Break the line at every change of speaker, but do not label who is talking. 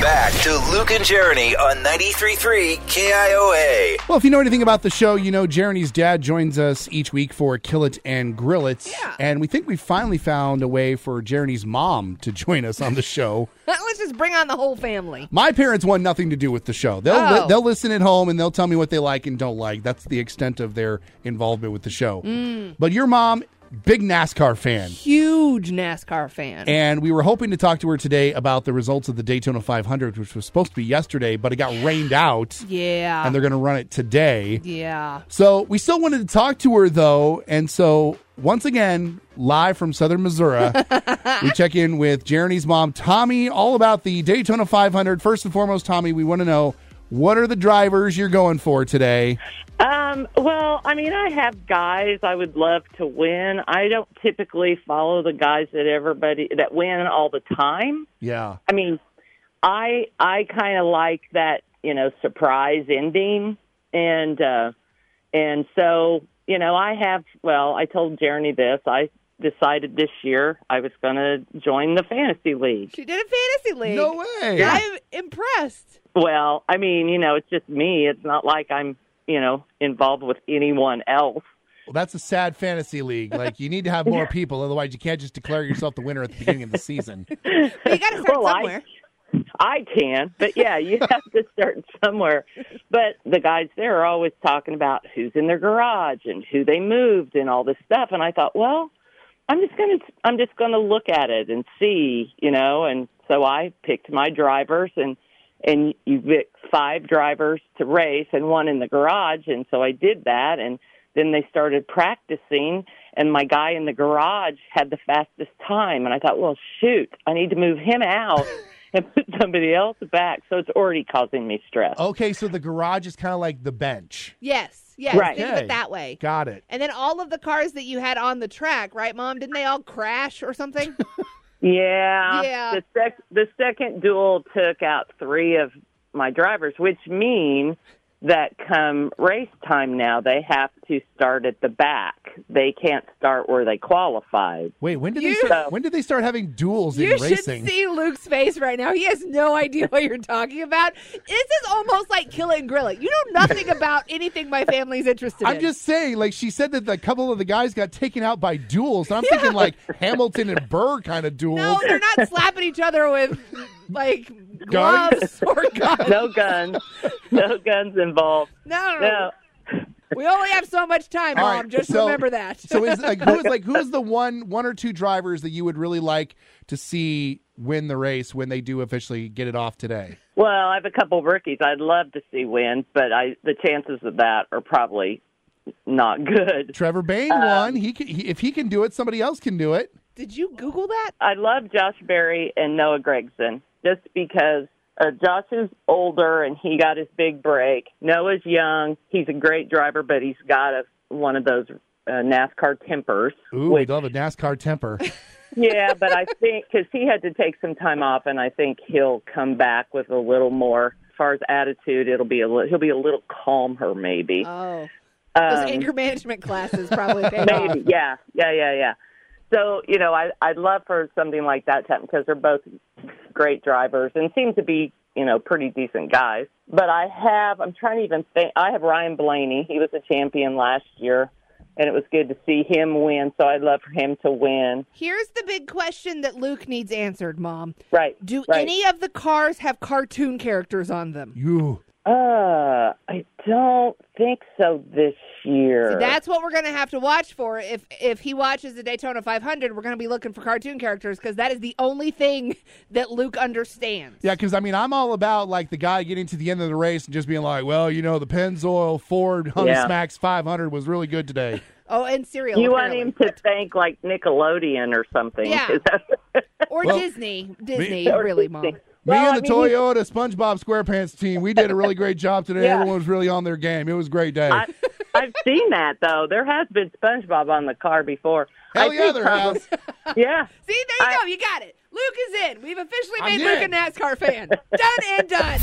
back to Luke and Jeremy on 93.3 KIOA.
Well, if you know anything about the show, you know Jeremy's dad joins us each week for Kill It and Grill It.
Yeah.
And we think we finally found a way for Jeremy's mom to join us on the show.
Let's just bring on the whole family.
My parents want nothing to do with the show. They'll li-
Oh.
they'll listen at home and they'll tell me what they like and don't like. That's the extent of their involvement with the show.
Mm.
But your mom, big NASCAR fan.
Huge NASCAR fan.
And we were hoping to talk to her today about the results of the Daytona 500, which was supposed to be yesterday, but it got rained out,
yeah.
and they're going to run it today.
yeah.
So we still wanted to talk to her though, and so once again, live from Southern Missouri, we check in with Jeremy's mom, Tommy, all about the Daytona 500. First and foremost, Tommy, we want to know what are the drivers you're going for today?
Um, well, I mean, I have guys I would love to win. I don't typically follow the guys that everybody that win all the time.
Yeah,
I mean, I I kind of like that you know surprise ending, and uh, and so you know I have. Well, I told Jeremy this. I decided this year I was going to join the fantasy league.
She did a fantasy league.
no way.
I'm impressed.
Well, I mean, you know, it's just me. It's not like I'm you know involved with anyone else.
Well, that's a sad fantasy league. Like you need to have more people, otherwise you can't just declare yourself the winner at the beginning of the season.
But you got to start
Well, I-
somewhere.
I can, but yeah, you have to start somewhere. But the guys there are always talking about who's in their garage and who they moved and all this stuff. And I thought, well, I'm just gonna I'm just gonna look at it and see, you know. And so I picked my drivers and and you pick five drivers to race and one in the garage. And so I did that. And then they started practicing. And my guy in the garage had the fastest time. And I thought, well, shoot, I need to move him out. And put somebody else back, so it's already causing me stress.
Okay, so the garage is kind of like the bench.
Yes. Yes.
Right.
Think of
Okay.
it that way.
Got it.
And then all of the cars that you had on the track, right, Mom? Didn't they all crash or something?
Yeah.
Yeah.
The, sec- the second duel took out three of my drivers, which mean that come race time now, they have to start at the back. They can't start where they qualified.
Wait, when did
You-
they start, when did they start having duels
you
in racing?
should see Luke's face right now. He has no idea what you're talking about. This is almost like kill it and grill it. You know nothing about anything my family's interested in.
I'm just saying, like she said that the couple of the guys got taken out by duels, and I'm thinking like Hamilton and Burr kind of duels.
No, they're not slapping each other with like gloves or guns.
No guns. no guns involved.
No,
No.
we only have so much time,
All
Mom.
right,
Just
so-
remember that.
So is like who is like who is the one one or two drivers that you would really like to see win the race when they do officially get it off today?
Well, I have a couple of rookies I'd love to see win, but I the chances of that are probably not good.
Trevor Bain
Um,
won. He, can, he if he can do it, somebody else can do it.
Did you Google that?
I love Josh Berry and Noah Gregson just because uh, Josh is older and he got his big break. Noah's young. He's a great driver, but he's got a, one of those uh, NASCAR tempers.
Ooh,
which-
we love a NASCAR temper.
yeah, but I think because he had to take some time off, and I think he'll come back with a little more. As far as attitude, it'll be a li- he'll be a little calmer, maybe.
Oh,
Um,
those anger management classes probably pay off.
Maybe, yeah, yeah, yeah, yeah. So you know, I I'd love for something like that to happen because they're both great drivers and seem to be you know pretty decent guys. But I have I'm trying to even think. I have Ryan Blaney. He was a champion last year, and it was good to see him win. So I'd love for him to win.
Here's the big question that Luke needs answered, Mom.
Right?
Do
right.
any of the cars have cartoon characters on them?
you
Uh, I don't think so this year.
See, that's what we're going to have to watch for. If if he watches the Daytona 500, we're going to be looking for cartoon characters because that is the only thing that Luke understands.
Yeah, because I mean, I'm all about like the guy getting to the end of the race and just being like, "Well, you know, the Pennzoil Ford
Yeah.
Hunsmax 500 was really good today."
Oh, and cereal.
you want
apparently.
him to think like Nickelodeon or something.
Yeah.
'cause that's-
or
Well,
Disney, Disney,
or
really,
something.
mom.
Me
Well,
and
I
the
mean, he-
Toyota SpongeBob SquarePants team, we did a really great job today.
Yeah.
Everyone was really on their game. It was a great day.
I, I've seen that though. There has been SpongeBob on the car before.
Hell
I
yeah,
think
there
probably-
has.
Yeah,
See, there you
I-
go. You got it. Luke is in. We've officially
I'm
made Luke a
in.
NASCAR fan. done and done.